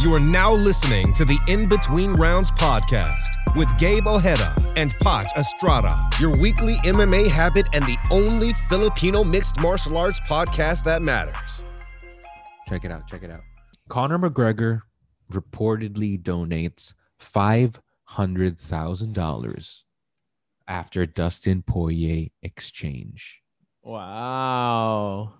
You are now listening to the In Between Rounds podcast with Gabe Ojeda and Pot Estrada, your weekly MMA habit and the only Filipino mixed martial arts podcast that matters. Check it out. Check it out. Conor McGregor reportedly donates five hundred thousand dollars after Dustin Poirier exchange. Wow.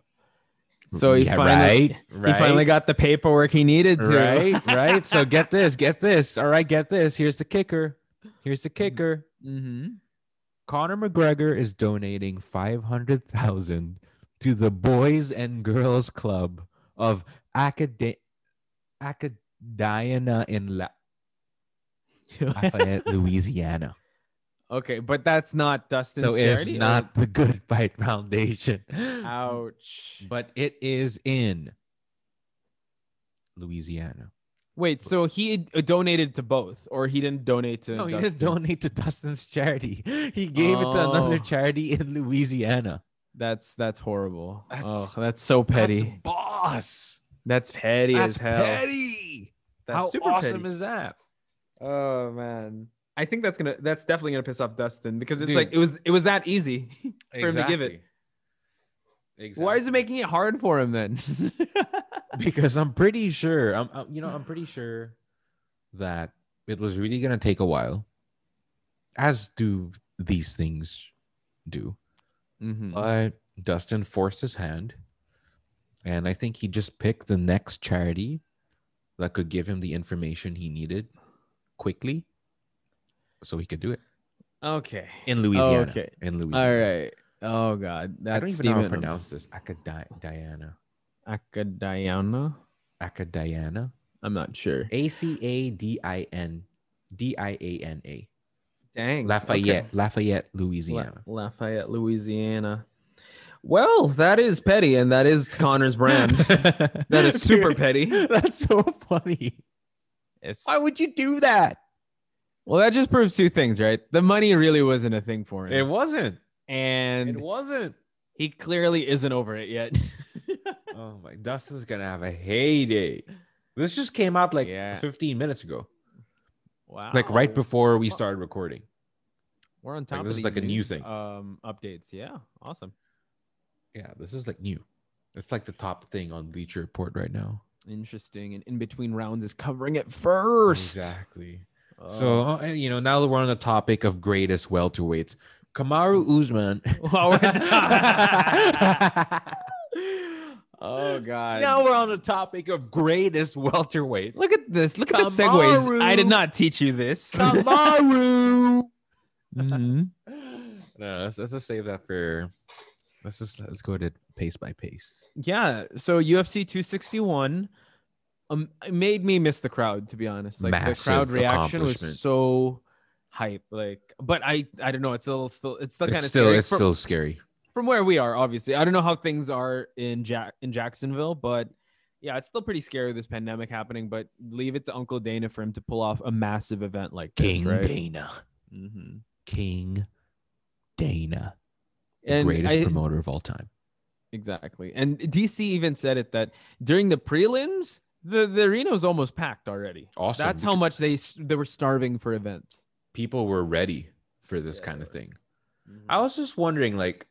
So he Yeah, finally right? he finally got the paperwork he needed to. right, right. So get this, get this. All right, get this. Here's the kicker. Here's the kicker. Mm-hmm. Conor McGregor is donating five hundred thousand to the Boys and Girls Club of Acad- Acadiana in La- Lafayette, Louisiana. okay, but that's not Dustin's so it's charity. not the Good Fight Foundation, Ouch. but it is in Louisiana. Wait, so he uh, donated to both, or he didn't donate to? No, he Dustin? didn't donate to Dustin's charity. He gave it to Oh. another charity in Louisiana. That's that's horrible. That's- oh, that's so petty. That's boss. That's petty That's as hell. petty. That's How super awesome petty. is that? oh man, I think that's gonna that's definitely gonna piss off Dustin because it's Dude. like it was it was that easy. For him to give it. Why is it making it hard for him then? Because I'm pretty sure. I'm, I'm- you know, I'm pretty sure that it was really gonna take a while, as do these things do. Mhm. But Dustin forced his hand, and I think he just picked the next charity that could give him the information he needed quickly, so he could do it Okay. in Louisiana. Okay. In Louisiana. All right. Oh god, I don't that's even know how to Stephen pronounce this. Acadi- Diana. Acadiana. Acadiana. I'm not sure. A C A D I N D I A N A. Dang. Lafayette, okay. Lafayette, La- Louisiana. Lafayette, Louisiana. Well, that is petty, and that is Connor's brand. that is super petty. That's so funny. It's Why would you do that? well, that just proves two things, right? The money really wasn't a thing for him, wasn't. and wasn't. he clearly isn't over it yet. Oh my, Dustin's gonna have a heyday. This just came out like Yeah. 15 minutes ago, wow! like right before we started recording. we're on top. this is of these like a new news, thing. Um, updates. Yeah, awesome. Yeah, this is like new. It's like the top thing on Bleacher Report right now. Interesting. And in between rounds is covering it first. Exactly. Oh. So uh, you know, now that we're on the topic of greatest welterweights, Kamaru Usman. While we're at the top. oh god. now we're on the topic of greatest welterweights. Look at this. Look at the segues. I did Kamaru. not teach you this. Kamaru. Mhm. no, let's, let's just save that for. Let's just let's go to pace by pace. Yeah. So UFC 261 um, it made me miss the crowd, to be honest. Like the crowd Massive reaction was accomplishment. so hype. Like, but I I don't know. It's still still it's still It's kind of still scary it's from, still scary. from where we are. Obviously, I don't know how things are in Jack in Jacksonville, but yeah, it's still pretty scary this pandemic happening. But leave it to Uncle Dana for him to pull off a massive event like this, King right? Dana, Mhm. King Dana, the And greatest I- promoter of all time. Exactly. And DC even said it that during the prelims, the, the arena was almost packed already. Awesome. That's how much they s- they were starving for events. people were ready for this Yeah, kind they of were. thing. Mm-hmm. I was just wondering, like,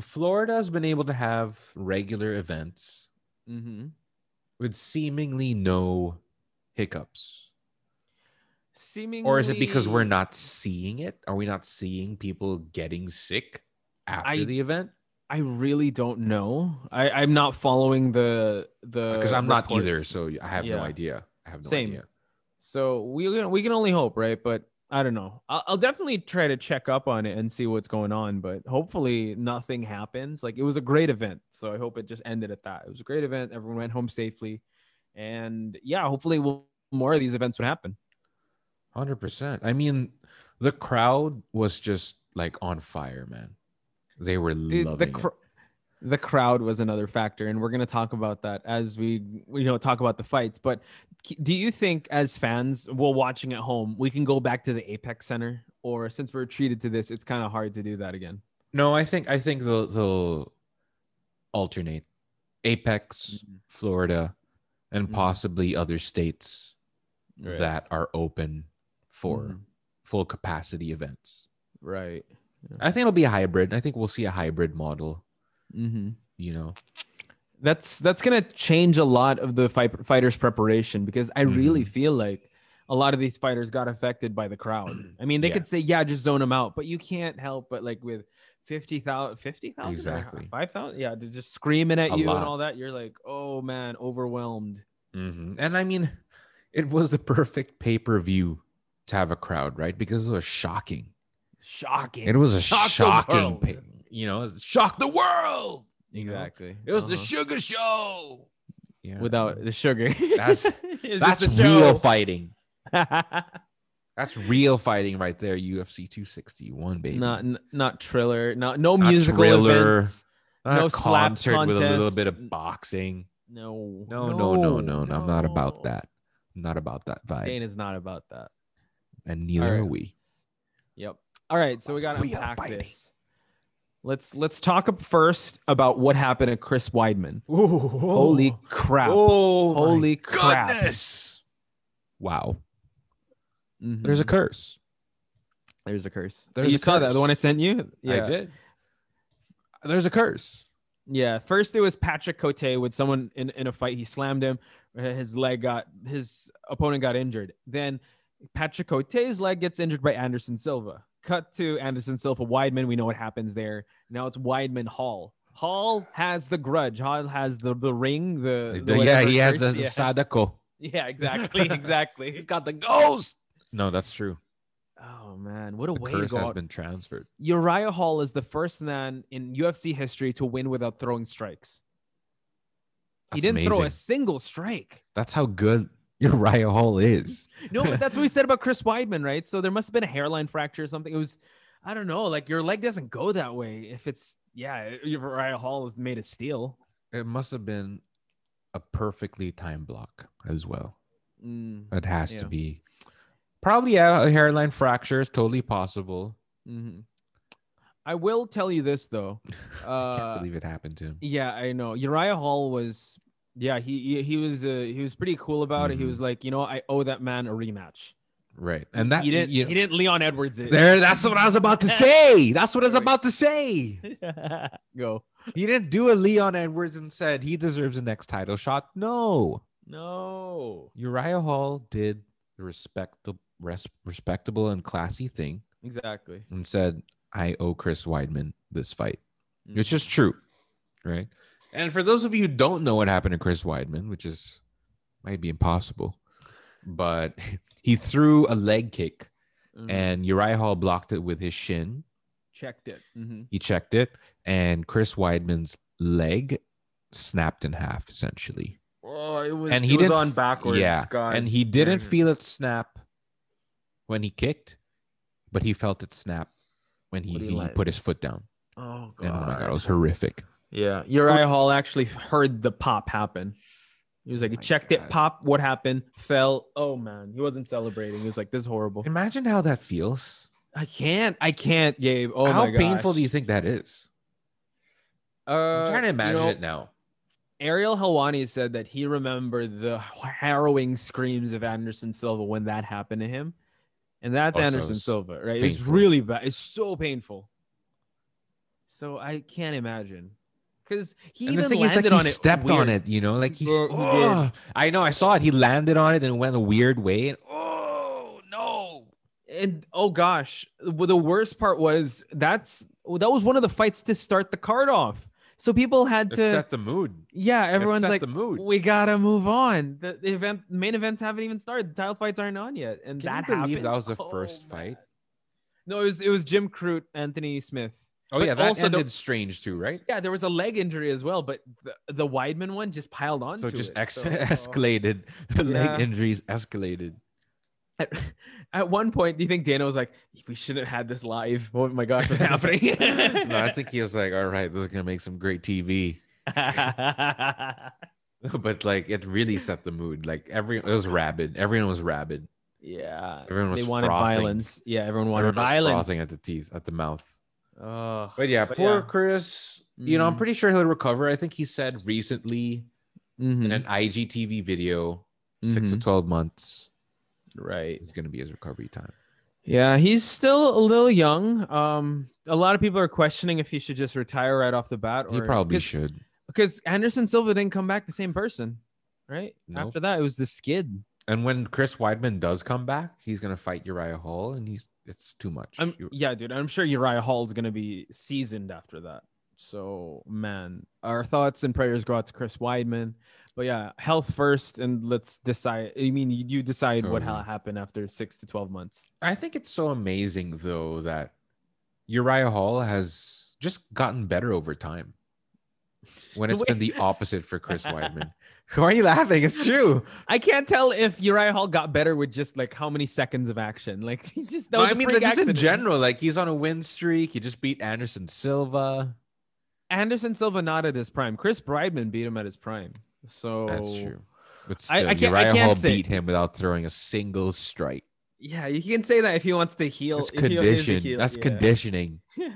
Florida's been able to have regular events Mhm. with seemingly no hiccups. Seemingly, Or is it because we're not seeing it? Are we not seeing people getting sick after I- the event? I really don't know. I I'm not following the the Because Uh, I'm not either, Uh, reports. so I have Yeah. no idea. I have no Same. idea. So we can- we can only hope, right? But I don't know. I'll, I'll definitely try to check up on it and see what's going on. But hopefully nothing happens. Like it was a great event, so I hope it just ended at that. It was a great event. Everyone went home safely, and yeah, hopefully we'll, more of these events would happen. Hundred percent. I mean, the crowd was just like on fire, man. They were Dude, the loving cr- the crowd was another factor, and we're gonna talk about that as we you know talk about the fights. But k- do you think as fans, while watching at home, we can go back to the Apex Center, or since we're treated to this, it's kind of hard to do that again? it. No, I think I think they'll, they'll alternate. Apex, Florida, and Mhm. possibly other states Right. that are open for Mhm. full capacity events. right. I think it'll be a hybrid. I think we'll see a hybrid model, Mm-hmm. you know. that's that's gonna change a lot of the fight, fighters' preparation because I Mm-hmm. really feel like a lot of these fighters got affected by the crowd. I mean, they Yeah. could say, "Yeah, just zone them out," but you can't help but like with 50,000, 50,000, Exactly. five thousand, yeah, they're just screaming at A you lot. and all that. You're like, "Oh man, overwhelmed." Mm-hmm. Mhm. And I mean, it was the perfect pay-per-view to have a crowd, right? Because it was shocking. Shocking. It was a Shock the shocking, world. pay, you know, shock the world. you know? exactly. It was the Uh-huh. sugar show. Yeah. without the sugar. That's- It's just that's a real show. fighting. That's real fighting right there. UFC 261, baby. not n- not thriller. Not no Not musical Thriller. events. Not no a slap concert with a little contest. bit of boxing. No. No, no, no, no, no. I'm not about that. I'm not about that vibe. Dane is not about that. And neither Alright. are we. Yep. All right, so we got to We are unpack fighting. this. Let's let's talk up first about what happened to Chris Weidman. Holy crap. Oh, Holy crap. goodness. Wow. Mhm. There's a curse. there's a curse. there's you a saw that curse. the one I sent you? I did. There's a curse. Yeah. First, it was Patrick Cote with someone in, in a fight. He slammed him. uh, His leg got his opponent got injured. Then Patrick Cote's leg gets injured by Anderson Silva. Cut to Anderson Silva Weidman. We know what happens there. Now it's Weidman Hall. Hall has the grudge. Hall has the the ring. The, the yeah, whatever he has the curse. yeah. sadako. yeah, exactly, He's exactly. got the ghost. No, that's true. Oh man, what a The way to curse go has out. been transferred. Uriah Hall is the first man in UFC history to win without throwing strikes. he That's didn't throw a amazing. single strike. That's how good Uriah Hall is. No, but that's what we said about Chris Weidman, right? So there must have been a hairline fracture or something. It was, I don't know, like your leg doesn't go that way. If it's, yeah, Uriah Hall is made of steel. It must have been a perfectly timed block as well. Mm, It has Yeah. to be. Probably yeah, a hairline fracture is totally possible. mhm. I will tell you this though. I Uh, can't believe it happened to him. Yeah, I know. Uriah Hall was, yeah, he he, he was uh, he was pretty cool about it. He Mhm. was like, you know, I owe that man a rematch. Right. And that he didn't you- he didn't Leon Edwards it. Uh, there that's what I was about to say. That's what I was about to say. go. He didn't do a Leon Edwards and said he deserves the next title shot. No. No. Uriah Hall did the respectable res- respectable and classy thing Exactly. and said, I owe Chris Weidman this fight. It's just true, right? And for those of you who don't know what happened to Chris Weidman, which is might be impossible, but he threw a leg kick Mhm. and Uriah Hall blocked it with his shin. checked it. Mm-hmm. He checked it, and Chris Weidman's leg snapped in half essentially. Oh, it was. And it he was didn't on f- backwards. yeah, God. And he didn't Mhm. feel it snap when he kicked, but he felt it snap when he, When he he landed. put his foot down. Oh god. And oh my god, it was horrific. Yeah, Uriah Hall actually heard the pop happen. He was like, he my checked God. it, pop. What happened? Fell. Oh man, he wasn't celebrating. He was like, this is horrible. Imagine how that feels. I can't. I can't, Gabe. Oh how my god. painful do you think that is? Uh, I'm trying to imagine you know, it now. Ariel Helwani said that he remembered the harrowing screams of Anderson Silva when that happened to him, and that's Oh, so Anderson it's Silva, right? It's painful. really bad. It's so painful. So I can't imagine, because he And even the thing is, landed like, on he it stepped on weird. it, you know, like he's. Bro, he did. Ugh. I know, I saw it. He landed on it and it went a weird way. And oh no! and oh gosh, well, the worst part was that's well, that was one of the fights to start the card off. So people had It to, set the mood. yeah, everyone's it set like, the mood. we gotta move on. The, the event, main events haven't even started. The title fights aren't on yet, and Can that you believe happened. that was the Oh, first man. fight? No, it was it was Jim Crute, Anthony Smith. Oh But yeah, that also the- ended strange too, right? Yeah, there was a leg injury as well, but the, the Weidman one just piled on. So it just ex- so- escalated. The Yeah. leg injuries escalated. At, at one point, do you think Dana was like, "We shouldn't have had this live"? Oh my gosh, what's happening? no, I think he was like, "All right, this is gonna make some great TV." But like, it really set the mood. Like every, it was rabid. Everyone was rabid. yeah, Everyone was they wanted frothing. violence. Yeah, everyone wanted Everyone was violence. frothing at the teeth, at the mouth. Ugh. But yeah, But poor yeah. Chris. You know, I'm Mhm. pretty sure he'll recover. I think he said recently Mhm. and an IGTV video, 6 to Mhm. 12 months right. is going to be his recovery time. Yeah, he's still a little young. Um, a lot of people are questioning if he should just retire right off the bat. Or, He probably cause, should. because Anderson Silva didn't come back the same person, right? Nope. After that, it was the skid. And when Chris Weidman does come back, he's going to fight Uriah Hall, and he's it's too much. I'm, You- yeah, dude. I'm sure Uriah Hall's gonna be seasoned after that. So man, our thoughts and prayers go out to Chris Weidman. But yeah, health first, and let's decide. I mean, you, you decide what Totally. will happen after six to twelve months. I think it's so amazing though that Uriah Hall has just gotten better over time. When The it's way- been the opposite for Chris Weidman. Why are you laughing? It's true. I can't tell if Uriah Hall got better with just like how many seconds of action. Like he just that No, was I a mean, freak like, just in accident. general, like he's on a win streak. He just beat Anderson Silva. Anderson Silva not at his prime. Chris Brydman beat him at his prime. So That's true. But still, I- I can't- I Uriah can't Hall say- beat him without throwing a single strike. Yeah, you can say that if he wants to heal. That's if he wants to condition. heal, That's yeah. conditioning. yeah,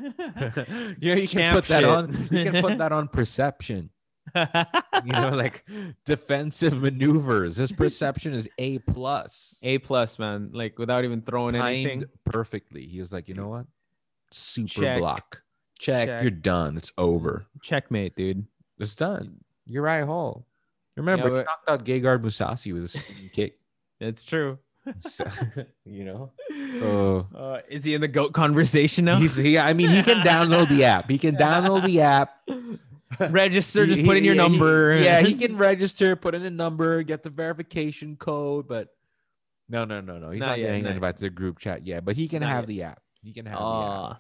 you can Champ put that shit. on. You can put that on perception. You know, like defensive maneuvers. His perception is a plus. A plus, man. Like without even throwing anything. timed perfectly. He was like, you know what? Super Check. block. Check. Check. You're done. It's over. Checkmate, dude. It's done. Uriah Hall. Remember, he but- knocked out Gegard Mousasi with a spinning kick. That's true. So, you know, Uh, is he in the goat conversation now? he's he. I mean, he can download the app. He can download the app. Register, just He- put in your he- he- number. yeah, he can register, put in a number, get the verification code, but no, no, no, no. He's Not not, yet, getting not invited to the group chat yet, but he can Not have yet. the app. He can have the app. Aw.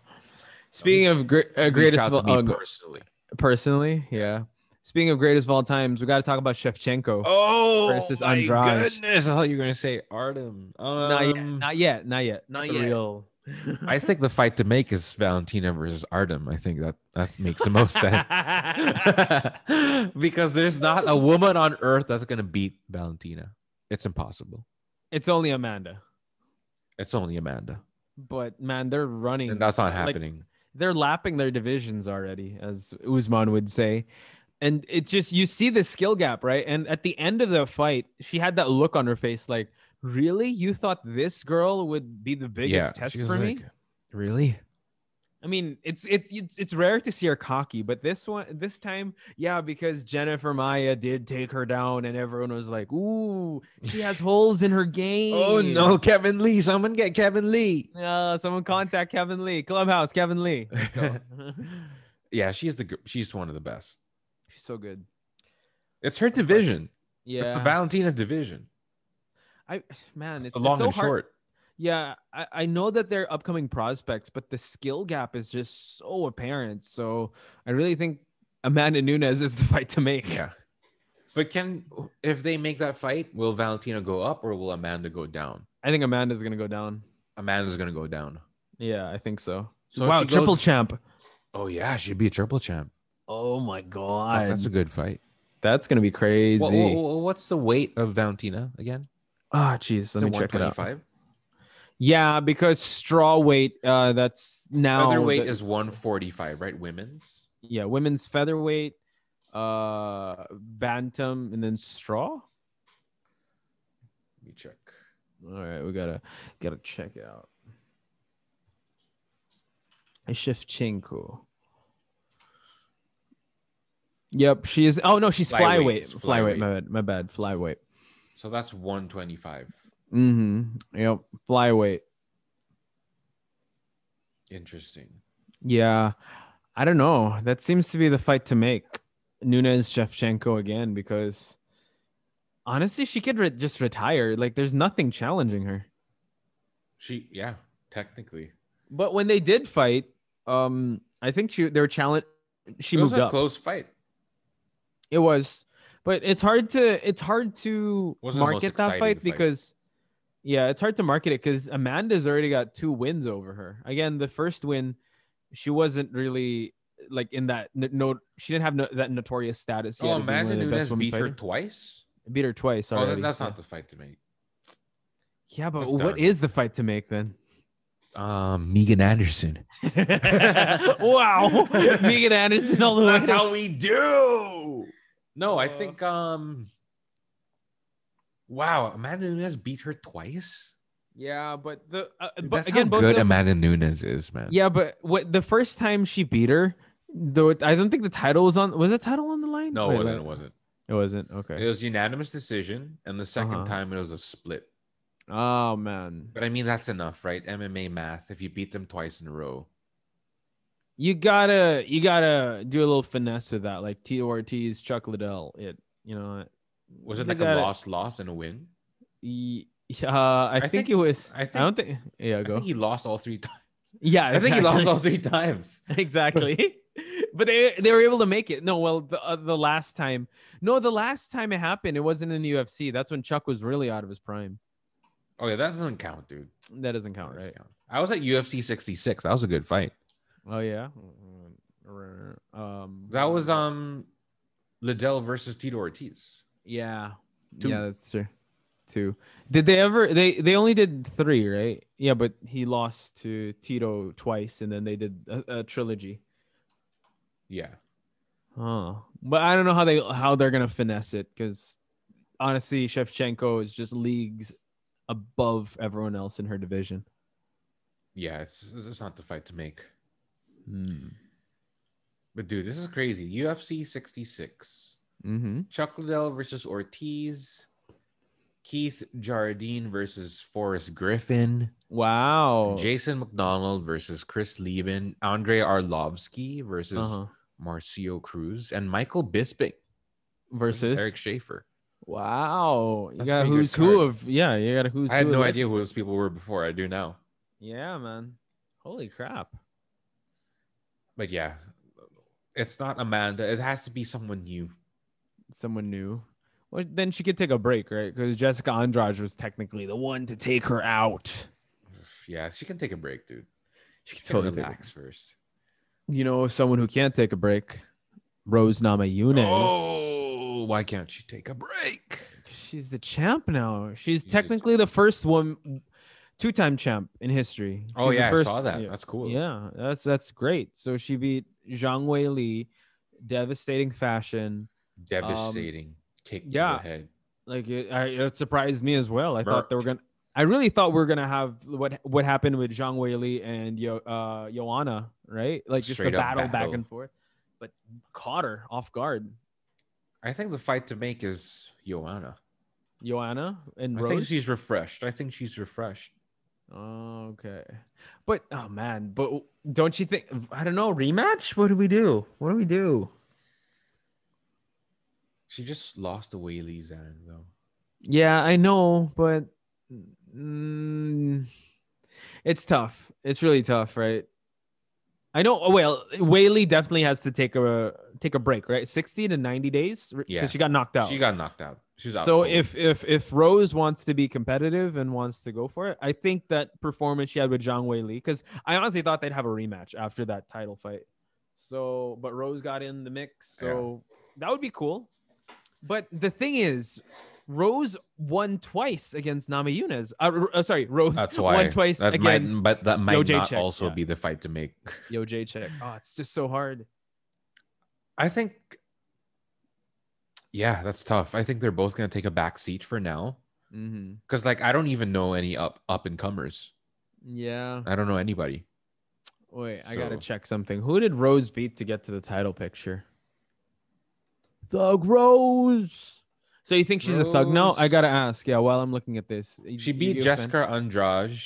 Speaking of gre- uh, Reach greatest out of to all, me uh, gr- personally. personally, yeah. Speaking of greatest of all times, we got to talk about Shevchenko. Oh, versus my Andrade. goodness! I thought you were gonna say Artem. Um, not yet, not yet, not not yet, The yet. Real. I think the fight to make is Valentina versus Artem. I think that that makes the most sense because there's not a woman on earth that's gonna beat Valentina. It's impossible. It's only Amanda, It's only Amanda, but man, they're running. and that's not like, happening. they're lapping their divisions already, as Usman would say. And it's just you see the skill gap, right? And at the end of the fight, she had that look on her face, like, really? You thought this girl would be the biggest test she was for me? like, Really? I mean, it's it's it's it's rare to see her cocky, but this one this time, yeah, because Jennifer Maya did take her down, and everyone was like, "Ooh, she has holes in her game." Oh no, Kevin Lee! Someone get Kevin Lee. Uh, someone contact Kevin Lee, Clubhouse, Kevin Lee. Let's go. yeah, she's the gr- she's one of the best. She's so good. It's her division. Yeah, It's the Valentina division. I man, It's, it's, the it's long so and hard. short. Yeah, I, I know that they're upcoming prospects, but the skill gap is just so apparent. So I really think Amanda Nunes is the fight to make. Yeah. But can if they make that fight, will Valentina go up or will Amanda go down? I think Amanda's gonna go down. Amanda's gonna go down. Yeah, I think so. So if wow, she triple goes- champ. Oh yeah, she'd be a triple champ. Oh my Fuck, god, that's that's, a good fight. gonna be crazy. Wha- wha- wha- what's the weight of Valentina again? Ah, jeez, let The me check it out. 125? Yeah, because straw weight, uh, that's now Featherweight the- is 145, right? Women's. yeah, women's featherweight, uh, bantam, and then straw. Let me check. All right, we gotta gotta check it out. Shevchenko. Yep, she is. Oh no, she's Flyweight, flyweight. it's Flyweight. flyweight. My bad. My bad. Flyweight. So that's 125. Mm-hmm. Yep. Flyweight. Interesting. Yeah. I don't know. That seems to be the fight to make. Nunez Shevchenko again because honestly, she could re- just retire. Like, there's nothing challenging her. She yeah, technically. But when they did fight, um, I think she they were challenged. She it was moved a up. close fight. It was, but it's hard to it's hard to Wasn't the most market that exciting fight, fight. because yeah, it's hard to market it because Amanda's already got two wins over her. Again, the first win, she wasn't really like in that n- no, she didn't have no, that notorious status. Oh, yet of being one Amanda of the Nunes best women's beat her fighter. twice. beat her twice Oh, already. then that's yeah. not the fight to make. yeah, but that's what done. is the fight to make then? Um, Megan Anderson. wow, Megan Anderson all the way. That's how we do. No, I Uh, think um Wow, Amanda Nunes beat her twice. Yeah, but the uh, but That's again, how both good of- Amanda Nunes is, man. Yeah, but what the first time she beat her, though I don't think the title was on. Was the title on the line? No, Wait, it wasn't. wait. It wasn't. It wasn't. It Okay. was unanimous decision, and the 2nd Uh-huh. time it was a split. Oh man, But I mean, that's enough, right? MMA math. If you beat them twice in a row, you gotta you gotta do a little finesse with that, like T Ortiz, Chuck Liddell. It you know. was it You like a gotta- loss, loss, and a win? y- Uh, I, think, think- it was. I I, don't think. Yeah, I go. think he lost all three times. yeah, I think he lost exactly. all three times. exactly. but they they were able to make it. No, well, the uh, the last time, no, the last time it happened, it wasn't in the UFC. That's when Chuck was really out of his prime. Oh yeah, that doesn't count, dude. That doesn't That count, doesn't right? count. I was at UFC 66. That was a good fight. Oh yeah. Um, That was um Liddell versus Tito Ortiz. Yeah. two. Yeah, that's true. Two. Did they ever? They they only did three, right? Yeah, but he lost to Tito twice, and then they did a, a trilogy. Yeah. Huh. But I don't know how they how they're gonna finesse it because honestly, Shevchenko is just leagues above everyone else in her division. Yeah, it's it's not the fight to make. Hmm. But dude, this is crazy. UFC 66. Mm-hmm. Chuck Liddell versus Ortiz. Keith Jardine versus Forrest Griffin. Wow. Jason McDonald versus Chris Lieben. Andre Arlovsky versus uh-huh. Marcio Cruz. And Michael Bisping versus Eric Schaefer. Wow. You That's a got a pretty good who's who card. of yeah. You got a who's I had who no of- idea who those people were before. I do now. Yeah, man. Holy crap. But yeah, it's not Amanda. It has to be someone new. someone new. Well, then she could take a break, right? Because Jessica Andrade was technically the one to take her out. Yeah, she can take a break, dude. She could She can totally take relax first. You know, someone who can't take a break, Rose Namajunas. Oh, why can't she take a break? She's the champ now. She's She's a technically the first one, two-time champ in history. Oh She's the yeah, first- I saw that. Yeah, That's cool. yeah, that's that's great. So she beat Zhang Wei Li, devastating fashion. devastating kick to Um, yeah. the head. like it, I, it surprised me as well. I Burnt. thought they were gonna. I really ththought we are gonna have what what happened with Zhang Weili and Yo, uh, Joanna, right? Like just Straight the up battle, back battle. and forth, but caught her off guard. I think the fight to make is Joanna. Joanna and I Rose. think she's refreshed. I think she's refreshed. oh, okay, but oh man, but don't you think? I don't know. Rematch? What do we do? What do we do? She just lost the Whaley's end though. Yeah, I know, but mm, it's tough. It's really tough, right? I know. oh, Well, Whaley definitely has to take a take a break, right? Sixty to ninety days. r- 'cause Yeah. she got knocked out. She got knocked out. She's out. so cold. if if if Rose wants to be competitive and wants to go for it, I think that performance she had with Zhang Weili, because I honestly thought they'd have a rematch after that title fight. So, but Rose got in the mix, Yeah. so that would be cool. But the thing is, Rose won twice against Nama Yunus. Uh, r- uh, sorry, Rose that's why won twice that against might, but that might Jay not Check, also yeah. be the fight to make. Yo Jacek. Oh, it's just so hard. I think. Yeah, that's tough. I think they're both gonna take a back seat for now, Mm-hmm. because like I don't even know any up up and comers. Yeah. I don't know anybody. Wait, I gotta So- check something. Who did Rose beat to get to the title picture? Thug Rose. So you think she's a thug now? I Rose. gotta ask. Yeah, while I'm looking at this, Y- She you beat a fan? Jessica Andrade.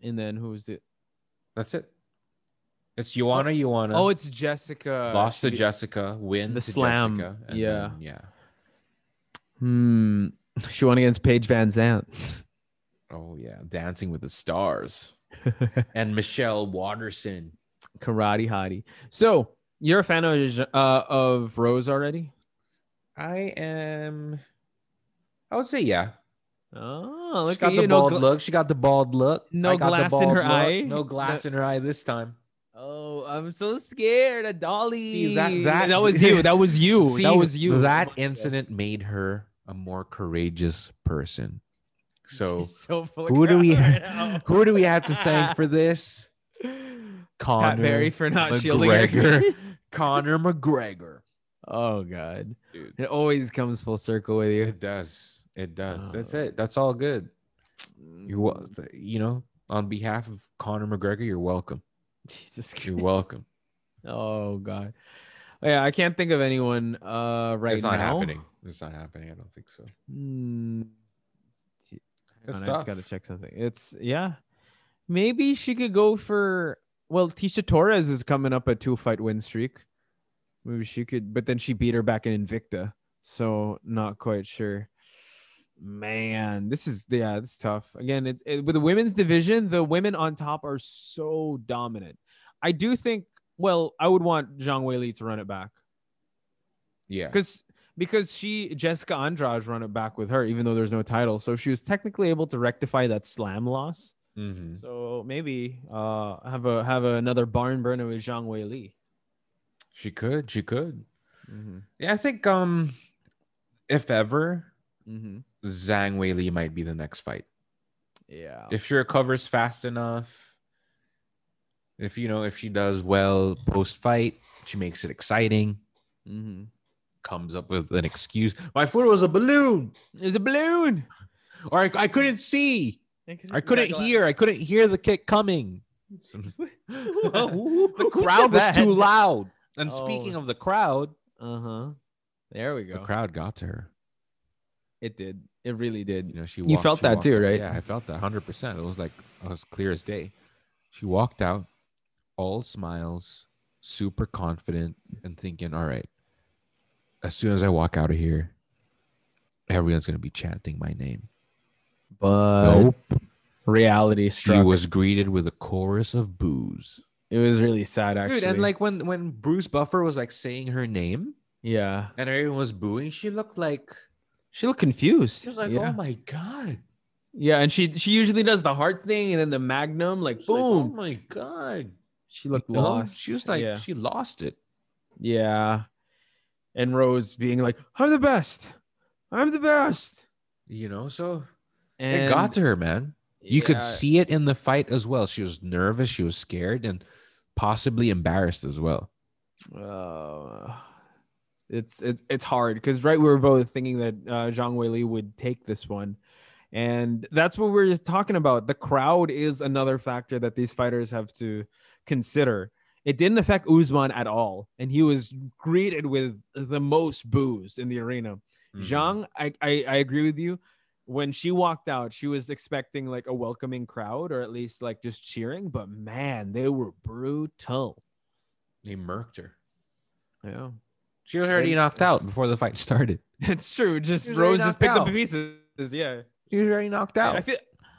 and then who was it? That's it. It's Joanna. Joanna. Oh, it's Jessica. lost She to beat- Jessica, win the to slam, Jessica, and yeah. then- yeah. Hmm. She won against Paige Van Zant. Oh yeah, Dancing with the Stars and Michelle Watterson. Karate hottie. So you're a fan of uh, of Rose already? I am. I would say yeah. Oh, look she got at the you. No bald gla- look. She got the bald look. No I got the glass in bald her look. eye. No glass in her eye this time. oh, I'm so scared. A dolly. See, that- that- that was you. That was you. that See, was you. That Oh my God. incident made her a more courageous person. So She's so full of who do crap we right now. who do we have to thank for this? Pat Connor Barry for not shielding her. McGregor. Conor McGregor. Oh God, Dude. it always comes full circle with you. It does. It does. That's Uh, it. That's all good. You're wel- Mm, you know, on behalf of Conor McGregor, you're welcome. Jesus Christ. You're welcome. Oh God. Oh, Yeah, I can't think of anyone uh right it's not now. happening. It's not happening. I don't think so. Mm, It's and I tough. just gotta check something. It's yeah. Maybe she could go for well, Tisha Torres is coming up a two fight win streak. Maybe she could, but then she beat her back in Invicta, so not quite sure. Man, this is yeah, it's tough. Again, it, it, with the women's division, the women on top are so dominant. I do think. Well, I would want Zhang Wei Li to run it back Yeah. because because she Jessica Andrade run it back with her, even though there's no title. So she was technically able to rectify that slam loss. Mhm. So maybe uh have a have another barn burner with Zhang Wei Li. She could. She could. Yeah, I think um if ever Mm-hmm. Zhang Wei Li might be the next fight. Yeah. If she recovers fast enough, if you know, if she does well post fight, she makes it exciting, Mhm. comes up with an excuse. My foot was a balloon, There's a balloon. or I, I couldn't see. I couldn't hear. I couldn't hear the kick coming. the crowd was too loud. And Oh. speaking of the crowd, Uh huh. There we the go. crowd got to her. It did. It really You did. know, she You walked- felt she that walked too, out. right? Yeah, I felt that 100%. It was like it was clear as day. She walked out all smiles, super confident and thinking, "All right. As soon as I walk out of here, everyone's going to be chanting my name." But nope. reality She struck. was greeted with a chorus of boos. it was really sad, actually. Dude, and like when when Bruce Buffer was like saying her name yeah, and everyone was booing, she looked like she looked confused. she was like, yeah. "Oh my god!" Yeah, and she she usually does the heart thing and then the magnum, like She was like, boom. oh my god! she looked You know? lost. She was like, yeah. she lost it. yeah. And Rose being like, I'm the best. I'm the best. You know, so it And got to her, man. You yeah, could see it in the fight as well. She was nervous. She was scared and possibly embarrassed as well. uh, it's it, it's hard because right we were both thinking that uh, Zhang Wei Li would take this one, and that's what we we're just talking about. The crowd is another factor that these fighters have to consider. It didn't affect Usman at all, and he was greeted with the most boos in the arena. Mm-hmm. Zhang, I, I I agree with you. When she walked out, she was expecting like a welcoming crowd or at least like just cheering, but man, they were brutal. he murked her. Yeah. She was already And- knocked out before the fight started. It's true. Just Usually Rose knocked just picked up out. the pieces. Yeah. She was already knocked I out. feel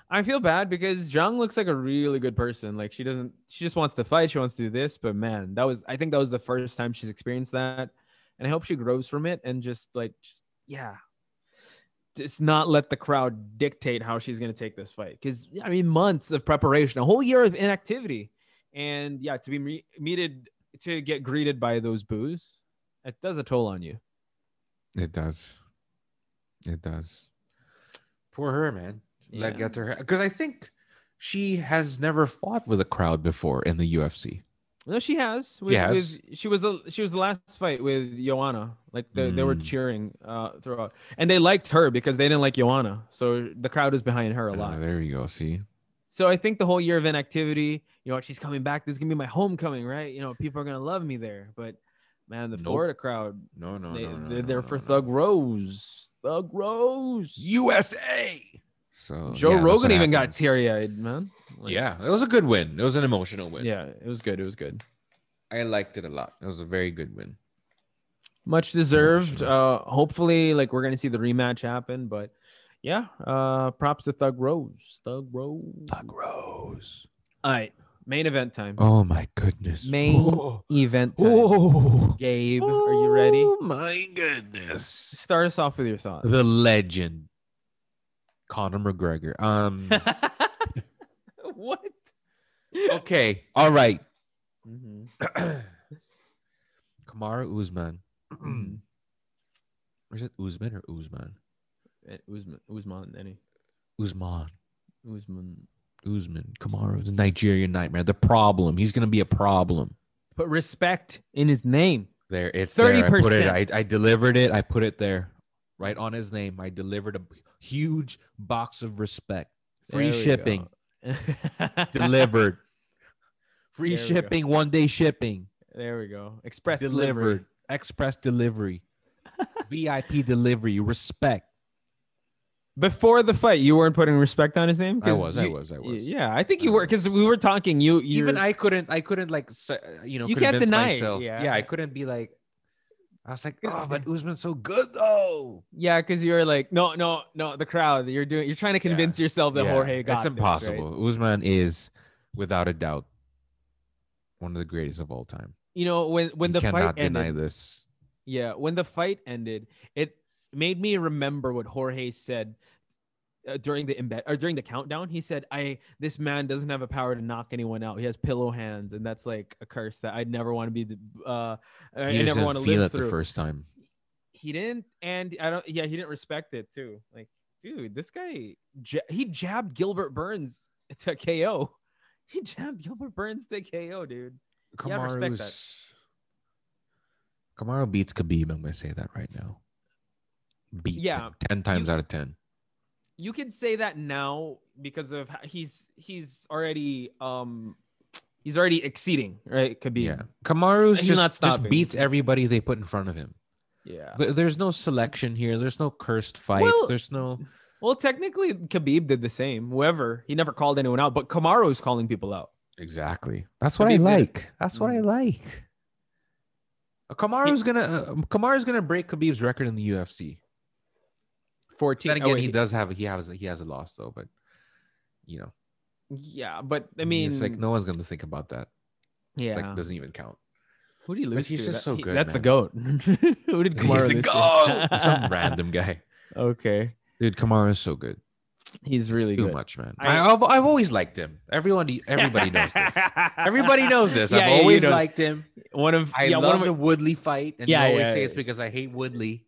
I feel bad because Zhang looks like a really good person. Like she doesn't she just wants to fight, she wants to do this, but man, that was I think that was the first time she's experienced that. And I hope she grows from it and just like just yeah. Just not let the crowd dictate how she's gonna take this fight. Cause I mean months of preparation, a whole year of inactivity. And yeah, to be me- meted to get greeted by those boos, it does a toll on you. It does. It does. Poor her, man. That Yeah. gets her because I think she has never fought with a crowd before in the UFC. No, she has. With, has? With, she was the she was the last fight with Joanna. Like they, they were Mm. cheering uh, throughout, and they liked her because they didn't like Joanna. So the crowd is behind her a Ah, lot. there you go. See, So I think the whole year of inactivity, you know, she's coming back. This is gonna be my homecoming, right? You know, people are gonna love me there. But man, the Nope. Florida crowd, no, no, they, no, no, they're no, there no, for no. Thug Rose. Thug Rose. USA. So Joe yeah, that's Rogan what even got happens. teary eyed, man. Like, yeah, it was a good win. It was an emotional win. yeah, it was good. It was good. I liked it a lot. It was a very good win. much deserved sure. uh hopefully like we're gonna see the rematch happen but yeah uh props to thug rose thug rose Doug Rose. all right main event time Oh my goodness. Main Oh. event time. Oh. gabe are you ready Oh my goodness. start us off with your thoughts The legend, Conor McGregor. Um. what okay. All right. Mhm. Kamara Usman. Mhm. Or is it Usman or Usman? Eh, Usman, Usman, any Usman. Usman, Usman. Kamara. The Nigerian nightmare. The problem. He's gonna be a problem. put respect in his name. There, it's thirty percent. 30%. I, I delivered it. I put it there, right on his name. I delivered a b- huge box of respect. Free There we shipping go. delivered. Free There we go. shipping, one day shipping There we go. Express delivered, delivered. express delivery, VIP delivery. Respect. Before the fight, you weren't putting respect on his name. I 'Cause was, you, I was, I was. Yeah, I think I you were was. because we were talking. You, you Even I couldn't. I couldn't like se- uh, you know. You can't convince deny it, Myself. yeah. I couldn't be like. I was like, Yeah. oh, but Usman's so good though. yeah, because you were like, no, no, no, the crowd. You're doing. You're trying to Yeah. convince yourself that Yeah, Jorge got. It's this, right? impossible. Usman is, without a doubt, one of the greatest of all time. You know when when you the cannot fight ended. deny this. Yeah, when the fight ended, it made me remember what Jorge said uh, during the embed or during the countdown. He said, "I this man doesn't have a power to knock anyone out. He has pillow hands, and that's like a curse that I'd never want to be. The, uh, I- I you just never want didn't to feel it live through." the first time. He didn't, and I don't. Yeah, he didn't respect it too. Like, dude, this guy ja- he jabbed Gilbert Burns to KO. He jabbed Gilbert Burns to KO, dude. Yeah, I respect that. Kamaru's Kamaru beats Khabib. I'm gonna say that right now. Beats Yeah, him ten times out of ten. you can say that now because of how he's he's already um he's already exceeding right Khabib. Yeah, Kamaru's He's just, not just stopping. beats everybody they put in front of him. yeah. There- There's no selection here. There's no cursed fights. Well- There's no. Well, technically, Khabib did the same. Whoever he never called anyone out, but Kamaru's calling people out. Exactly. That's what I Khabib did. like. That's what I Mhm. like. Uh, Kamaru's gonna uh, Kamaru's gonna break Khabib's record in the UFC. Fourteen. Then oh, again, wait, he does have he has he has a loss though, but you know, Yeah, but I mean, he's like no one's gonna think about that. It's yeah. like doesn't even count. Who did he but lose he's to? just That- so he- good, That's the man. goat. Who did he's Kamaru the lose to? goat. Some random guy, Okay, dude. Kamaru's so good. he's It's really too good. much, man. I, I- have I've always liked him. Everyone everybody knows this. Everybody knows this. Yeah, I've yeah, you always know. liked him. One of I yeah, one love of my- the Woodley fight, and Yeah, you always yeah, say it's yeah. because I hate Woodley.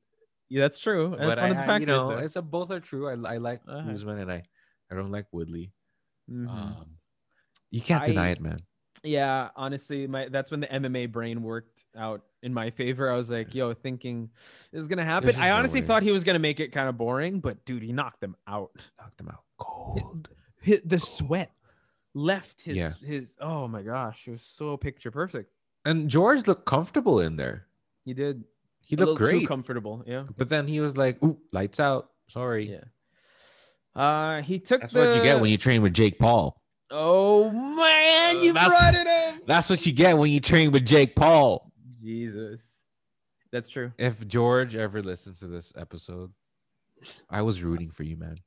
yeah, that's true. That's but one I, of the I- factors. you know, there. it's a, both are true. I, I like Uh-huh. Usman and I, I don't like Woodley. Mhm. Um, you can't deny I- it, man. Yeah, honestly, my that's when the MMA brain worked out in my favor. I was like, yo, thinking this is gonna happen. There's just I no honestly way. thought he was gonna make it kind of boring, but dude, he knocked them out. Knocked him out cold. the sweat left his Yeah. his oh my gosh, it was so picture perfect. And George looked comfortable in there. He did He a little looked great, too comfortable. Yeah. but then he was like, "Ooh, lights out." Sorry. Yeah. Uh he took That's what you get the- when you train with Jake Paul. Oh man, Uh, you that's- brought it up. That's what you get when you train with Jake Paul. Jesus. That's true. If George ever listens to this episode, I was rooting for you, man.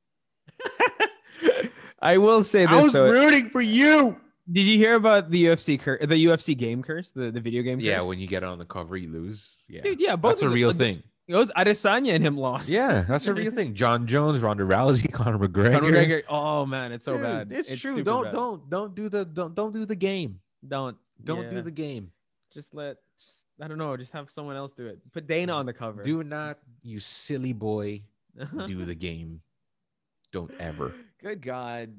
I will say this. I was though. rooting for you. Did you hear about the UFC cur- the UFC game curse, the, the video game curse? Yeah, when you get on the cover, you lose. Yeah, dude, yeah, both that's a of the- real the- thing. It was Adesanya and him lost. Yeah, that's a real thing. John Jones, Ronda Rousey, Conor McGregor. Conor McGregor- Oh man, it's so Dude, bad. It's, true. super Don't bad. don't don't do the don't don't do the game. don't Don't yeah. do the game. Just let. Just, I don't know. Just have someone else do it. Put Dana on the cover. Do not, you silly boy, do the game. Don't ever. Good God.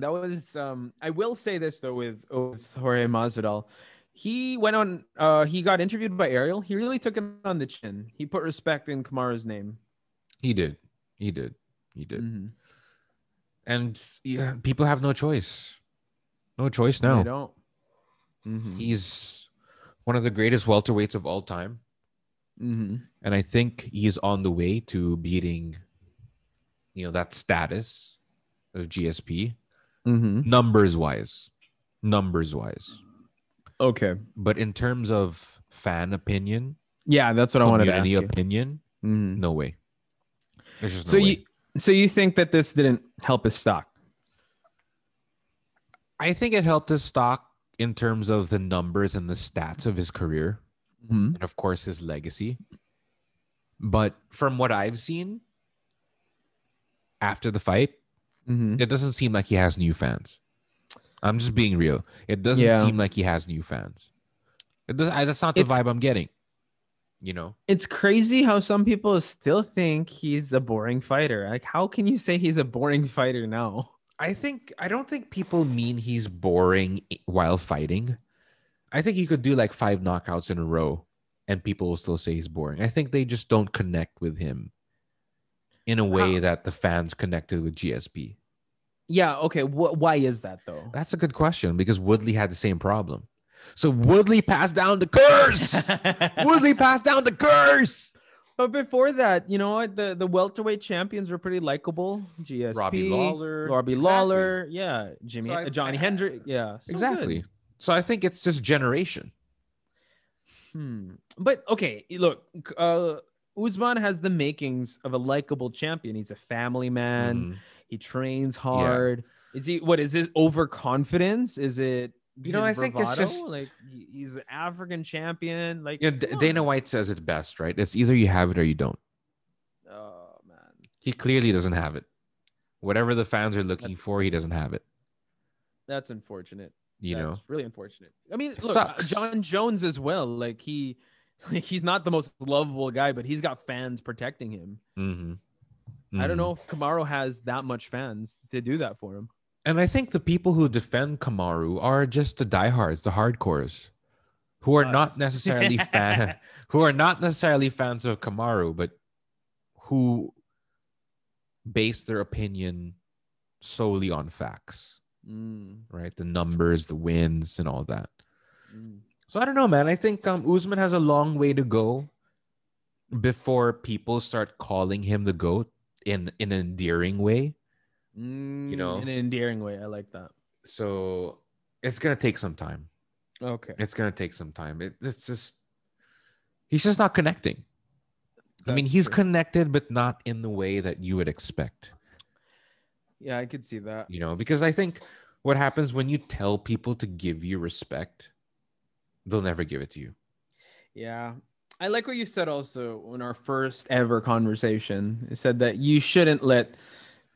That was um I will say this though with with Jorge Masvidal. He went on uh he got interviewed by Ariel. He really took it on the chin. He put respect in Kamara's name. He did. He did. He did. Mhm. And yeah, people have no choice. No Mm-hmm. choice They now. don't. Mhm. He's one of the greatest welterweights of all time. Mhm. And I think he is on the way to beating, you know, that status of GSP. Mm-hmm. numbers wise, numbers wise. Okay. But in terms of fan opinion, Yeah, that's what I wanted to ask community you. opinion, Mhm. no way. There's just no So way. you so you think that this didn't help his stock? I think it helped his stock in terms of the numbers and the stats of his career, Mm-hmm. and of course his legacy. But from what I've seen after the fight, Mm-hmm. it doesn't seem like he has new fans. I'm just being real. It doesn't Yeah. seem like he has new fans. It does, I, that's not the It's- vibe I'm getting. You know, It's crazy how some people still think he's a boring fighter. Like, how can you say he's a boring fighter now? I think I don't think people mean he's boring i- while fighting. I think he could do like five knockouts in a row and people will still say he's boring. I think they just don't connect with him in a way How? that the fans connected with GSP. Yeah. Okay. Wh- why is that though? That's a good question because Woodley had the same problem. So Woodley passed down the curse. Woodley passed down the curse. but before that, you know what? The the welterweight champions were pretty likable. GSP, Robbie Lawler. Robbie Exactly. Lawler. Yeah. Jimmy, So I- uh, Johnny Hendrick. Yeah. so good. exactly. So I think it's just generation. Hmm. But okay, look, uh, Usman has the makings of a likable champion. He's a family man. Mhm. He trains hard. Is he? What is it? Overconfidence? Is it? You know, his I think it's bravado? just- like he- he's an African champion. Like You know, D- come Dana on. White says it best, right? It's either you have it or you don't. Oh man, He clearly doesn't have it. Whatever the fans are looking That's- for, he doesn't have it. that's unfortunate. You know, That's really unfortunate. I mean, It look, uh, sucks. John Jones as well. Like he, like, he's not the most lovable guy, but he's got fans protecting him. Mhm. I don't Mhm. know if Kamaro has that much fans to do that for him. And I think the people who defend Kamaru are just the diehards, the hardcores, who are Us. not necessarily fan, who are not necessarily fans of Kamaru, but who base their opinion solely on facts, Mm, right? The numbers, the wins, and all that. mm. So I don't know, man. I think um, Usman has a long way to go before people start calling him the goat in in an endearing way. Mm, know? in an endearing way. I like that. So it's gonna take some time. Okay. It's gonna take some time. It, it's just he's just not connecting. I mean, That's he's true. connected, but not in the way that you would expect. yeah, I could see that. You know, because I think what happens when you tell people to give you respect, they'll never give it to you. Yeah. I like what you said also in our first ever conversation. It said that you shouldn't let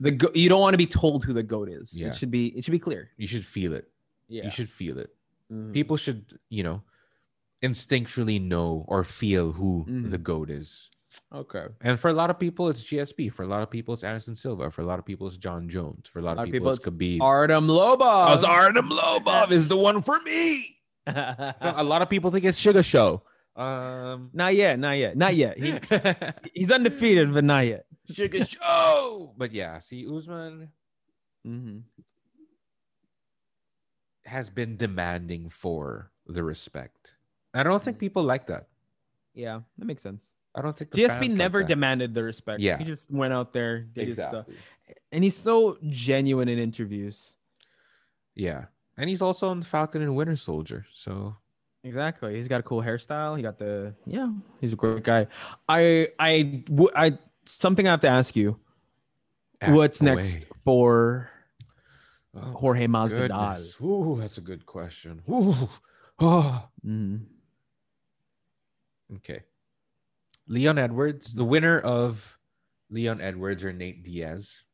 the go- you don't want to be told who the goat is. Yeah. It should be it should be clear. You should feel it. Yeah. You should feel it. Mhm. people should you know instinctually know or feel who Mhm. the goat is Okay. and for a lot of people it's gsp for a lot of people it's anderson silva for a lot of people it's john jones for a lot, of people, it's khabib Artem Lobov. Oh, It's artem lobov is the one for me So a lot of people think it's sugar show um not yet, not yet. Not yet. He, he's undefeated, but not yet. sugar show but yeah see usman Mm-hmm. has been demanding for the respect i don't think people like that Yeah, that makes sense. i don't think the fans GSP like never that. demanded the respect. Yeah. He just went out there, did his stuff. exactly and he's so genuine in interviews. Yeah. And he's also on Falcon and Winter Soldier. So Exactly. He's got a cool hairstyle. He got the yeah. He's a great guy. I I w- I something I have to ask you. ask What's away. next for Oh, Jorge Masvidal? goodness. Ooh, that's a good question. Ooh. Oh. Mhm. Okay. Leon Edwards, the winner of Leon Edwards or Nate Diaz,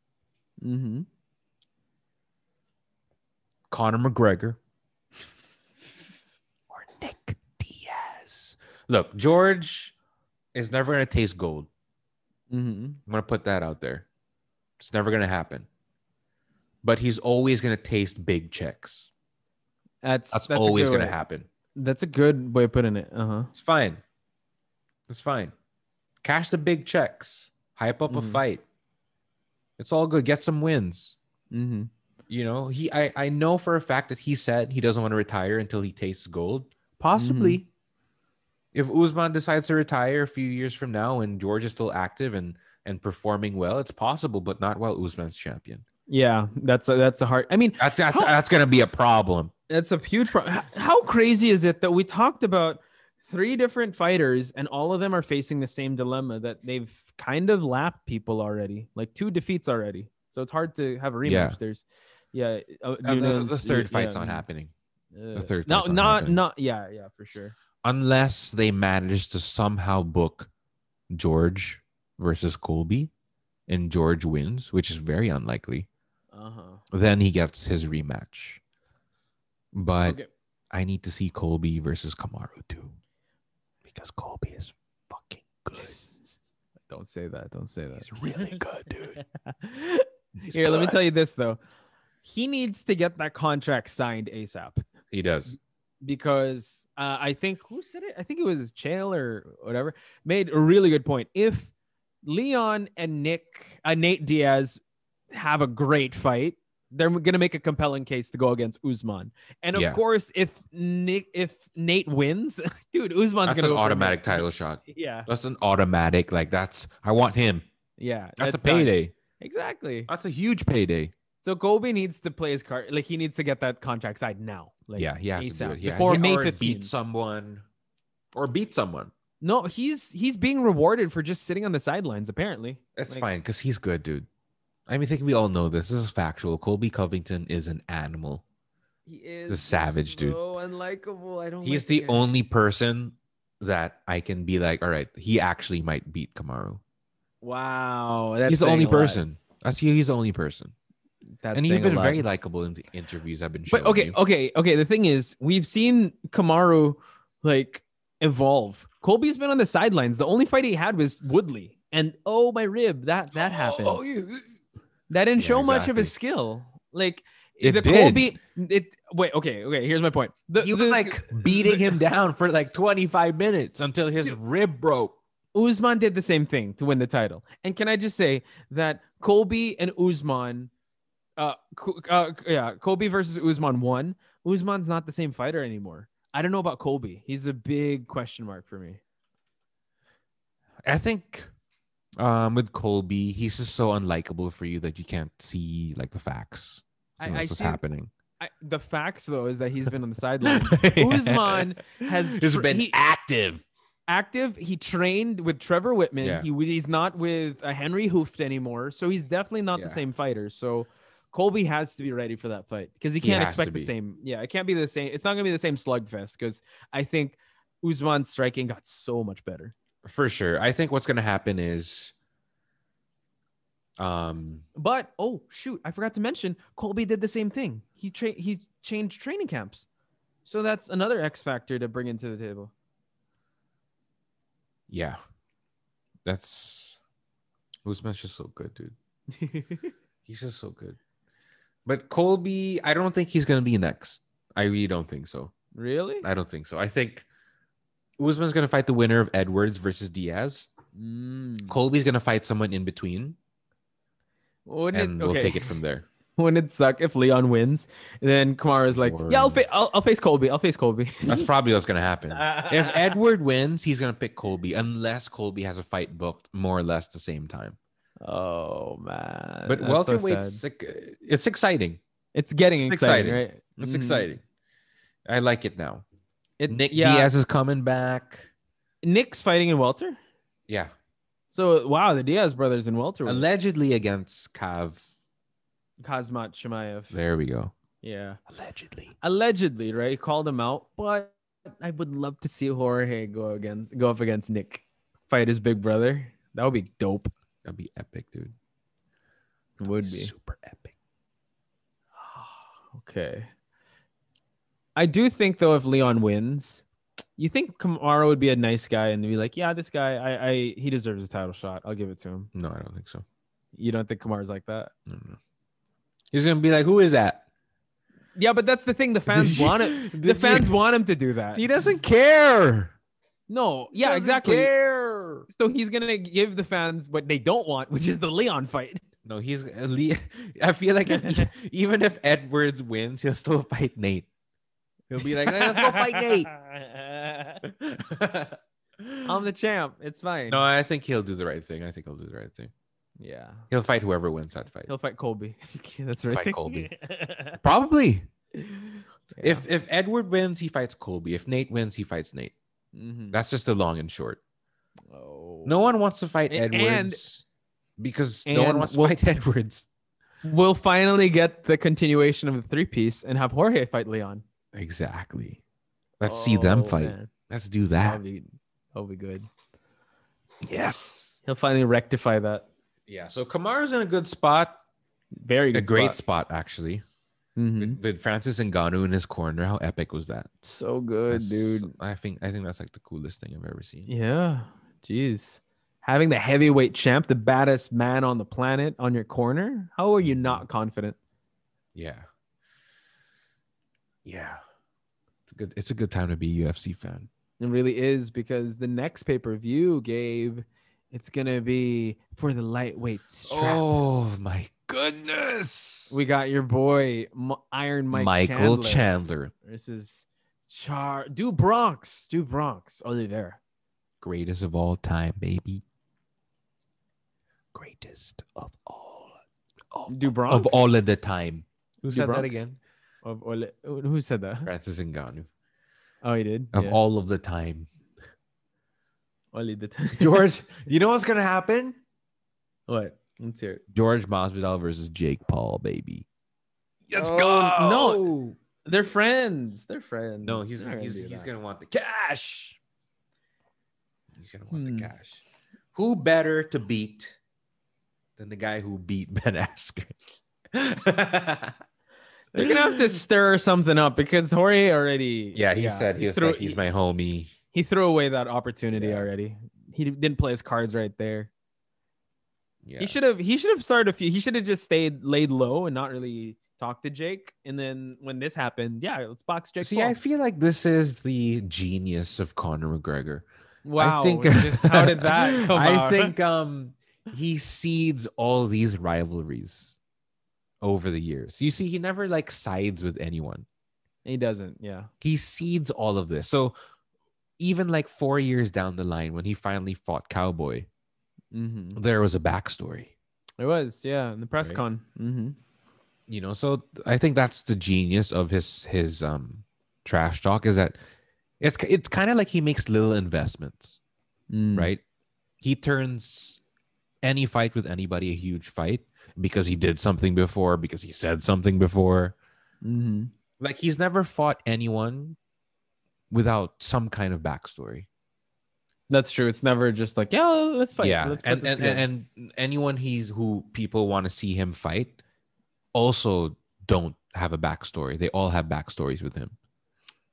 Mhm. Conor McGregor, or Nick Diaz. Look, George is never going to taste gold. Mhm. I'm going to put that out there. It's never going to happen. But he's always going to taste big checks. That's That's, that's, a always good going to way- happen. That's a good way of putting it. Uh huh. It's fine. It's fine. Cash the big checks. Hype up Mhm. a fight. It's all good. Get some wins. Mm-hmm. You know, he I, I know for a fact that he said he doesn't want to retire until he tastes gold. Mm-hmm. Possibly. If Usman decides to retire a few years from now and George is still active and and performing well, it's possible, but not while Usman's champion. Yeah, that's a, that's a hard. I mean, That's that's How- that's gonna be a problem. that's a huge problem. How crazy is it that we talked about three different fighters and all of them are facing the same dilemma that they've kind of lapped people already, like two defeats already. So it's hard to have a rematch. Yeah. There's, yeah, uh, And the, Nunes, the third yeah, fight's yeah, not happening. uh, The third No, fight's not not happening. not. Yeah, yeah, for sure. unless they manage to somehow book George versus Colby and George wins, which is very unlikely, Uh huh. then he gets his rematch. But Okay. I need to see Colby versus Kamaru too because Colby is fucking good. Don't say that. Don't say that. He's really good, dude. He's Here, let me good. tell you this though. He needs to get that contract signed ASAP. He does. because uh, I think who said it? I think it was Chael or whatever made a really good point. If Leon and Nick, uh, Nate Diaz, have a great fight, they're going to make a compelling case to go against Usman. And of Yeah. course, if Nick, if Nate wins, dude, Usman's going That's to an go for automatic Nate. title shot. Yeah, That's an automatic. Like that's I want him. yeah, That's, a done. payday. Exactly. That's a huge payday. So Kobe needs to play his card. Like he needs to get that contract signed now. Like yeah, he has to do ASAP, it. Yeah, before he- May or beat 15th. someone, or beat someone. No, he's he's being rewarded for just sitting on the sidelines. Apparently, That's Like, fine because he's good, dude. I mean, I think we all know this. This is factual. Colby Covington is an animal. He is a savage, dude. So unlikable. I don't. He's like the guy. only person that I can be like, all right, he actually might beat Kamaru. Wow, that's he's the only saying a lot. person. That's he, he's the only person, That's and he's saying a been lot. very likable in the interviews I've been. But Showing okay, you. okay, okay. The thing is, we've seen Kamaru like evolve. Colby's been on the sidelines. The only fight he had was Woodley, and oh my rib, that that happened. Oh, oh, yeah. That didn't Yeah, show much of his skill. Like It the did. Colby, it wait, okay, okay. Here's my point. The, he was the- like beating him down for like 25 minutes until his rib broke. Usman did the same thing to win the title. And can I just say that Colby and Usman, uh, Co- uh yeah, Colby versus Usman won. Usman's not the same fighter anymore. I don't know about Colby. He's a big question mark for me. I think um with Colby, he's just so unlikable for you that you can't see like the facts. I- So I that's what's see- happening. I, the facts though is that he's been on the sidelines. Usman has He's tr- been he- active. active. He trained with Trevor Whitman. Yeah. He he's not with uh, Henry Hooft anymore, so he's definitely not the Yeah. same fighter. So Colby has to be ready for that fight because he He can't has to expect the be. same. Yeah, it can't be the same. It's not gonna be the same slugfest because I think Usman's striking got so much better. For sure. I think what's gonna happen is um But oh shoot, I forgot to mention Colby did the same thing. He tra- he changed training camps, so that's another X factor to bring into the table. yeah. That's Usman's just so good, dude. He's just so good. But Colby, I don't think he's gonna be next. I really don't think so. really? I don't think so. I think Usman's gonna fight the winner of Edwards versus Diaz. Mm. Colby's gonna fight someone in between, Wouldn't and we'll okay. take it from there. Wouldn't it suck if Leon wins? And then Kamara's like, yeah, I'll, Word. fa- I'll, I'll face Colby. I'll face Colby. That's probably what's gonna happen. Uh, if Edward wins, he's gonna pick Colby, unless Colby has a fight booked more or less the same time. Oh, man. But That's so welterweight's sad. sick- uh, it's exciting. It's getting it's exciting, exciting. right? It's Mhm. exciting. I like it now. It- Nick yeah, Diaz is coming back. Nick's fighting in Welter. Yeah, So, wow, the Diaz brothers in Welter. allegedly against Cav. Kazmat Shemaev. There we go. Yeah. Allegedly. Allegedly, right? He called him out. But I would love to see Jorge go against, go up against Nick, fight his big brother. That would be dope. That'd be epic, dude. Would be. super epic. Okay. I do think though, if Leon wins, you think Kamara would be a nice guy and be like, "Yeah, this guy, I, I, he deserves a title shot. I'll give it to him." No, I don't think so. You don't think Kamara's like that? No, no. He's gonna be like, "Who is that?" Yeah, but that's the thing. The fans you- want it. The did fans you- want him to do that. He doesn't care. No, He yeah, doesn't exactly. care. So he's gonna give the fans what they don't want, which is the Leon fight. No, he's. Le- I feel like if- even if Edwards wins, he'll still fight Nate. He'll be like, "Let's go fight Nate." I'm the champ. It's fine. no, I think he'll do the right thing. I think he'll do the right thing. yeah, He'll fight whoever wins that fight. he'll fight Colby. that's right. Fight Colby. Probably. If If if Edward wins, he fights Colby. If Nate wins, he fights Nate. That's just the long and short. Mm-hmm. Oh. No one wants to fight A- and- Edwards because no one and wants to we'll- fight Edwards. We'll finally get the continuation of the three piece and have Jorge fight Leon. Exactly. Let's see them Oh, fight. Ah. man. Let's do That'll that. be, that'll be good. Yes. He'll finally rectify that. Yeah. So Kamara's in a good spot. Very A good. great spot, spot. actually. Mm-hmm. Mhm. With, with Francis Ngannou in his corner. How epic was that? So good, That's- dude. I think I think that's like the coolest thing I've ever seen. Yeah. Jeez. Having the heavyweight champ, the baddest man on the planet, on your corner. How are you not confident? Yeah. Yeah. It's good. It's a good time to be a UFC fan. It really is because the next pay per view, Gabe, it's gonna be for the lightweight strap. Oh my goodness! We got your boy M- Iron Mike Michael Chandler. Chandler, versus Char Du Bronx, Du Bronx Oh, Oliveira. greatest of all time, baby. Greatest of all. Of, Du Bronx of all of the time. Who Du said that Bronx? again? Of Oli- who said that? Francis Ngannou. Oh, he did. Of Yeah. all of the time. Oli the time. George, you know what's gonna happen? what? Let's hear it. George Masvidal versus Jake Paul, baby. Let's go! Oh, no. They're friends. They're friends. No, he's They're he's, do he's that. gonna want the cash. He's gonna want Hmm. the cash. Who better to beat than the guy who beat Ben Askren? They're gonna have to stir something up because Jorge already. Yeah, he said he was threw, like, he's my homie. He threw away that opportunity Yeah. already. He didn't play his cards right there. Yeah. He should have. He should have started a few. He should have just stayed laid low and not really talked to Jake. And then when this happened, yeah, let's box Jake. See, Paul. I feel like this is the genius of Conor McGregor. wow. just how did that come I out? think um he seeds all these rivalries over the years. You see, he never like sides with anyone. he doesn't. Yeah. He seeds all of this. So even like four years down the line, when he finally fought Cowboy, Mm-hmm. there was a backstory. It was, yeah, in the press Right? con. Mm-hmm. You know, so I think that's the genius of his his um trash talk is that it's it's kind of like he makes little investments. Mm. right? He turns any fight with anybody a huge fight because he did something before, because he said something before. Mm-hmm. Like he's never fought anyone without some kind of backstory. That's true. It's never just like, yeah, let's fight. yeah, Let's put and this and, together. and and anyone he's who people want to see him fight also don't have a backstory. They all have backstories with him.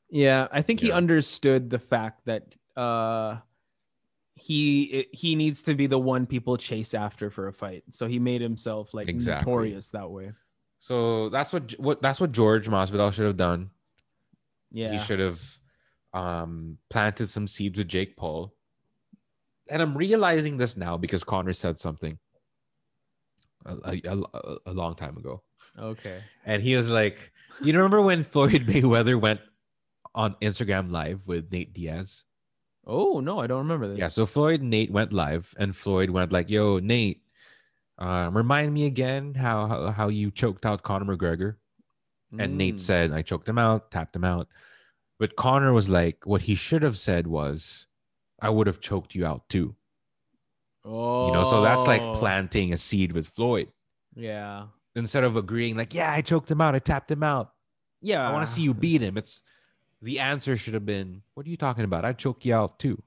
yeah, I think he Yeah. understood the fact that uh, he it- he needs to be the one people chase after for a fight. So he made himself like Exactly. notorious that way. So that's what what that's what George Masvidal should have done. Yeah, he should have um, planted some seeds with Jake Paul. And I'm realizing this now because Connor said something a, a- a- a long time ago. okay. And he was like, You remember when Floyd Mayweather went on Instagram Live with Nate Diaz? Oh no, I don't remember this. Yeah. So Floyd and Nate went live, and Floyd went like, Yo, Nate, um, remind me again how, how, how you choked out Conor McGregor. And Nate Mm. said, I choked him out, tapped him out. But Connor was like, what he should have said was, I would have choked you out too. "Oh, You know, so that's like planting a seed with Floyd Yeah, instead of agreeing, like, yeah, I choked him out, I tapped him out. yeah. I want to see you Ah. beat him. It's the answer should have been, what are you talking about? I choked you out too.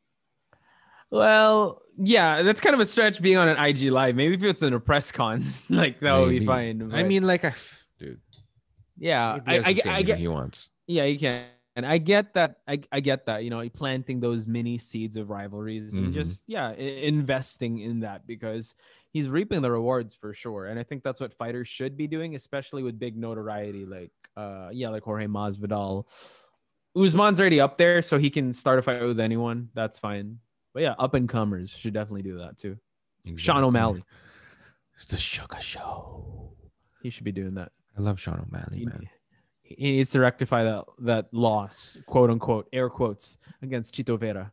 Well, yeah, that's kind of a stretch being on an IG live. Maybe if it's in a press con, like that would be Maybe. fine. I but mean, like, I, dude, yeah, Nate Diaz I, Uh, I, can get- say I anything get, he wants. yeah, you can, and I get that. I, I get that. You know, planting those mini seeds of rivalries Mhm. and just yeah, I- investing in that because he's reaping the rewards for sure. And I think that's what fighters should be doing, especially with big notoriety, like uh, yeah, like Jorge Masvidal. Usman's already up there, so he can start a fight with anyone. That's fine. But yeah, up and comers should definitely do that too. Sean Exactly. O'Malley. It's the Sugar Show. He should be doing that. I love Sean O'Malley, He, man. he needs to rectify that that loss, quote unquote, air quotes, against Chito Vera.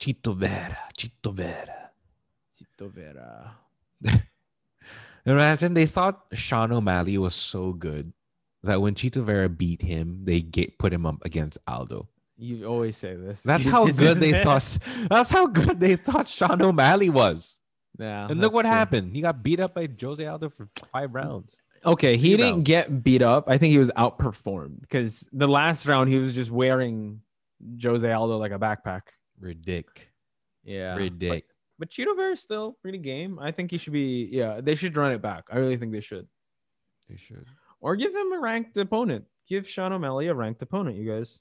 Chito Vera, Chito Vera. Chito Vera. Imagine they thought Sean O'Malley was so good that when Chito Vera beat him, they get, put him up against Aldo. You always say this. That's You how just- good they thought. That's how good they thought Sean O'Malley was. Yeah. and look Oh, that's what true. happened. He got beat up by Jose Aldo for five rounds. Okay, he Three didn't rounds. get beat up. I think he was outperformed because the last round he was just wearing Jose Aldo like a backpack. Ridic. Yeah. Ridic. But Chito Vera still pretty game. I think he should be. Yeah, they should run it back. I really think they should. They should. Or give him a ranked opponent. Give Sean O'Malley a ranked opponent, you guys.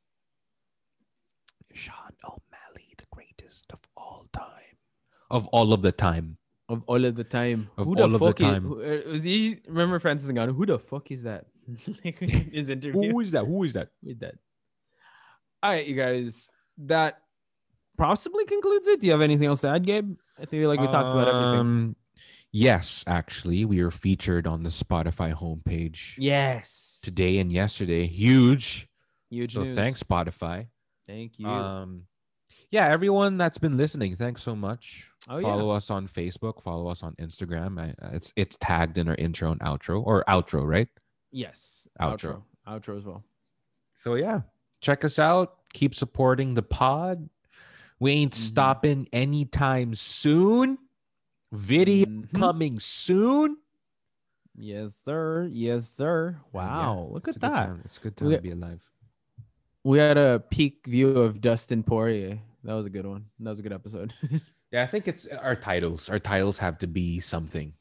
Sean O'Malley, the greatest of all time. Of all of the time. Of all of the time. Of who all the of the fuck is- time. who- uh, was he, remember Francis Ngannou? Who the fuck is that? like, in his interview. Who is that? Who is that? with that. All right, you guys. That possibly concludes it. Do you have anything else to add, Gabe? I feel like we talked about everything. Um, Yes, actually, we were featured on the Spotify homepage Yes. today and yesterday. Huge. Huge So news. thanks, Spotify. Thank you. Um, yeah, everyone that's been listening, thanks so much. oh yeah. follow us on Facebook. Follow us on Instagram. I, it's it's tagged in our intro and outro or outro, right? Yes. Outro. Outro, Outro as well. So yeah, check us out. Keep supporting the pod. We ain't Mhm. stopping anytime soon. Video Mhm. coming soon. Yes, sir. Yes, sir. yeah, Wow. Look It's at a good that. time. It's a good We time to got- be alive. We had a peak view of Dustin Poirier. That was a good one. That was a good episode. Yeah, I think it's our titles. Our titles have to be something.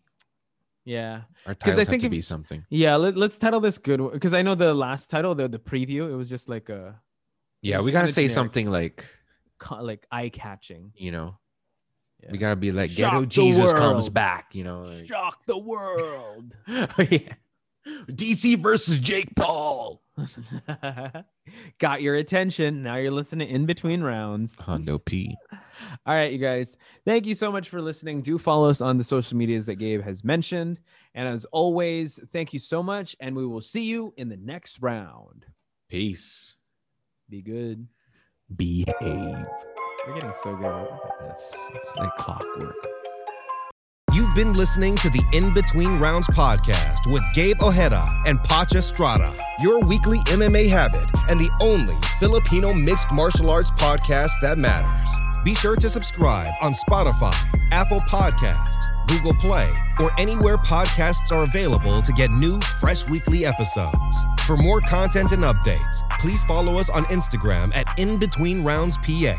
yeah. Our 'Cause I titles have think to if- be something. Yeah. Let, let's title this good because I know the last title, the, the preview, it was just like a Yeah, it's we just gotta kinda say generic. something like co- like eye catching. you know. Yeah. We gotta be like Shock Ghetto the Jesus comes world. back, you know. like- Shock the world. yeah. DC versus Jake Paul. Got your attention. Now you're listening in between rounds. Hondo P. All right, you guys. Thank you so much for listening. Do follow us on the social medias that Gabe has mentioned. And as always, thank you so much. And we will see you in the next round. Peace. Be good. Behave. We're getting so good. It's, it's like clockwork. You've been listening to the In Between Rounds podcast with Gabe Ojeda and Pacha Strada, your weekly MMA habit and the only Filipino mixed martial arts podcast that matters. Be sure to subscribe on Spotify, Apple Podcasts, Google Play, or anywhere podcasts are available to get new, fresh weekly episodes. For more content and updates, please follow us on Instagram at In Between Rounds PH.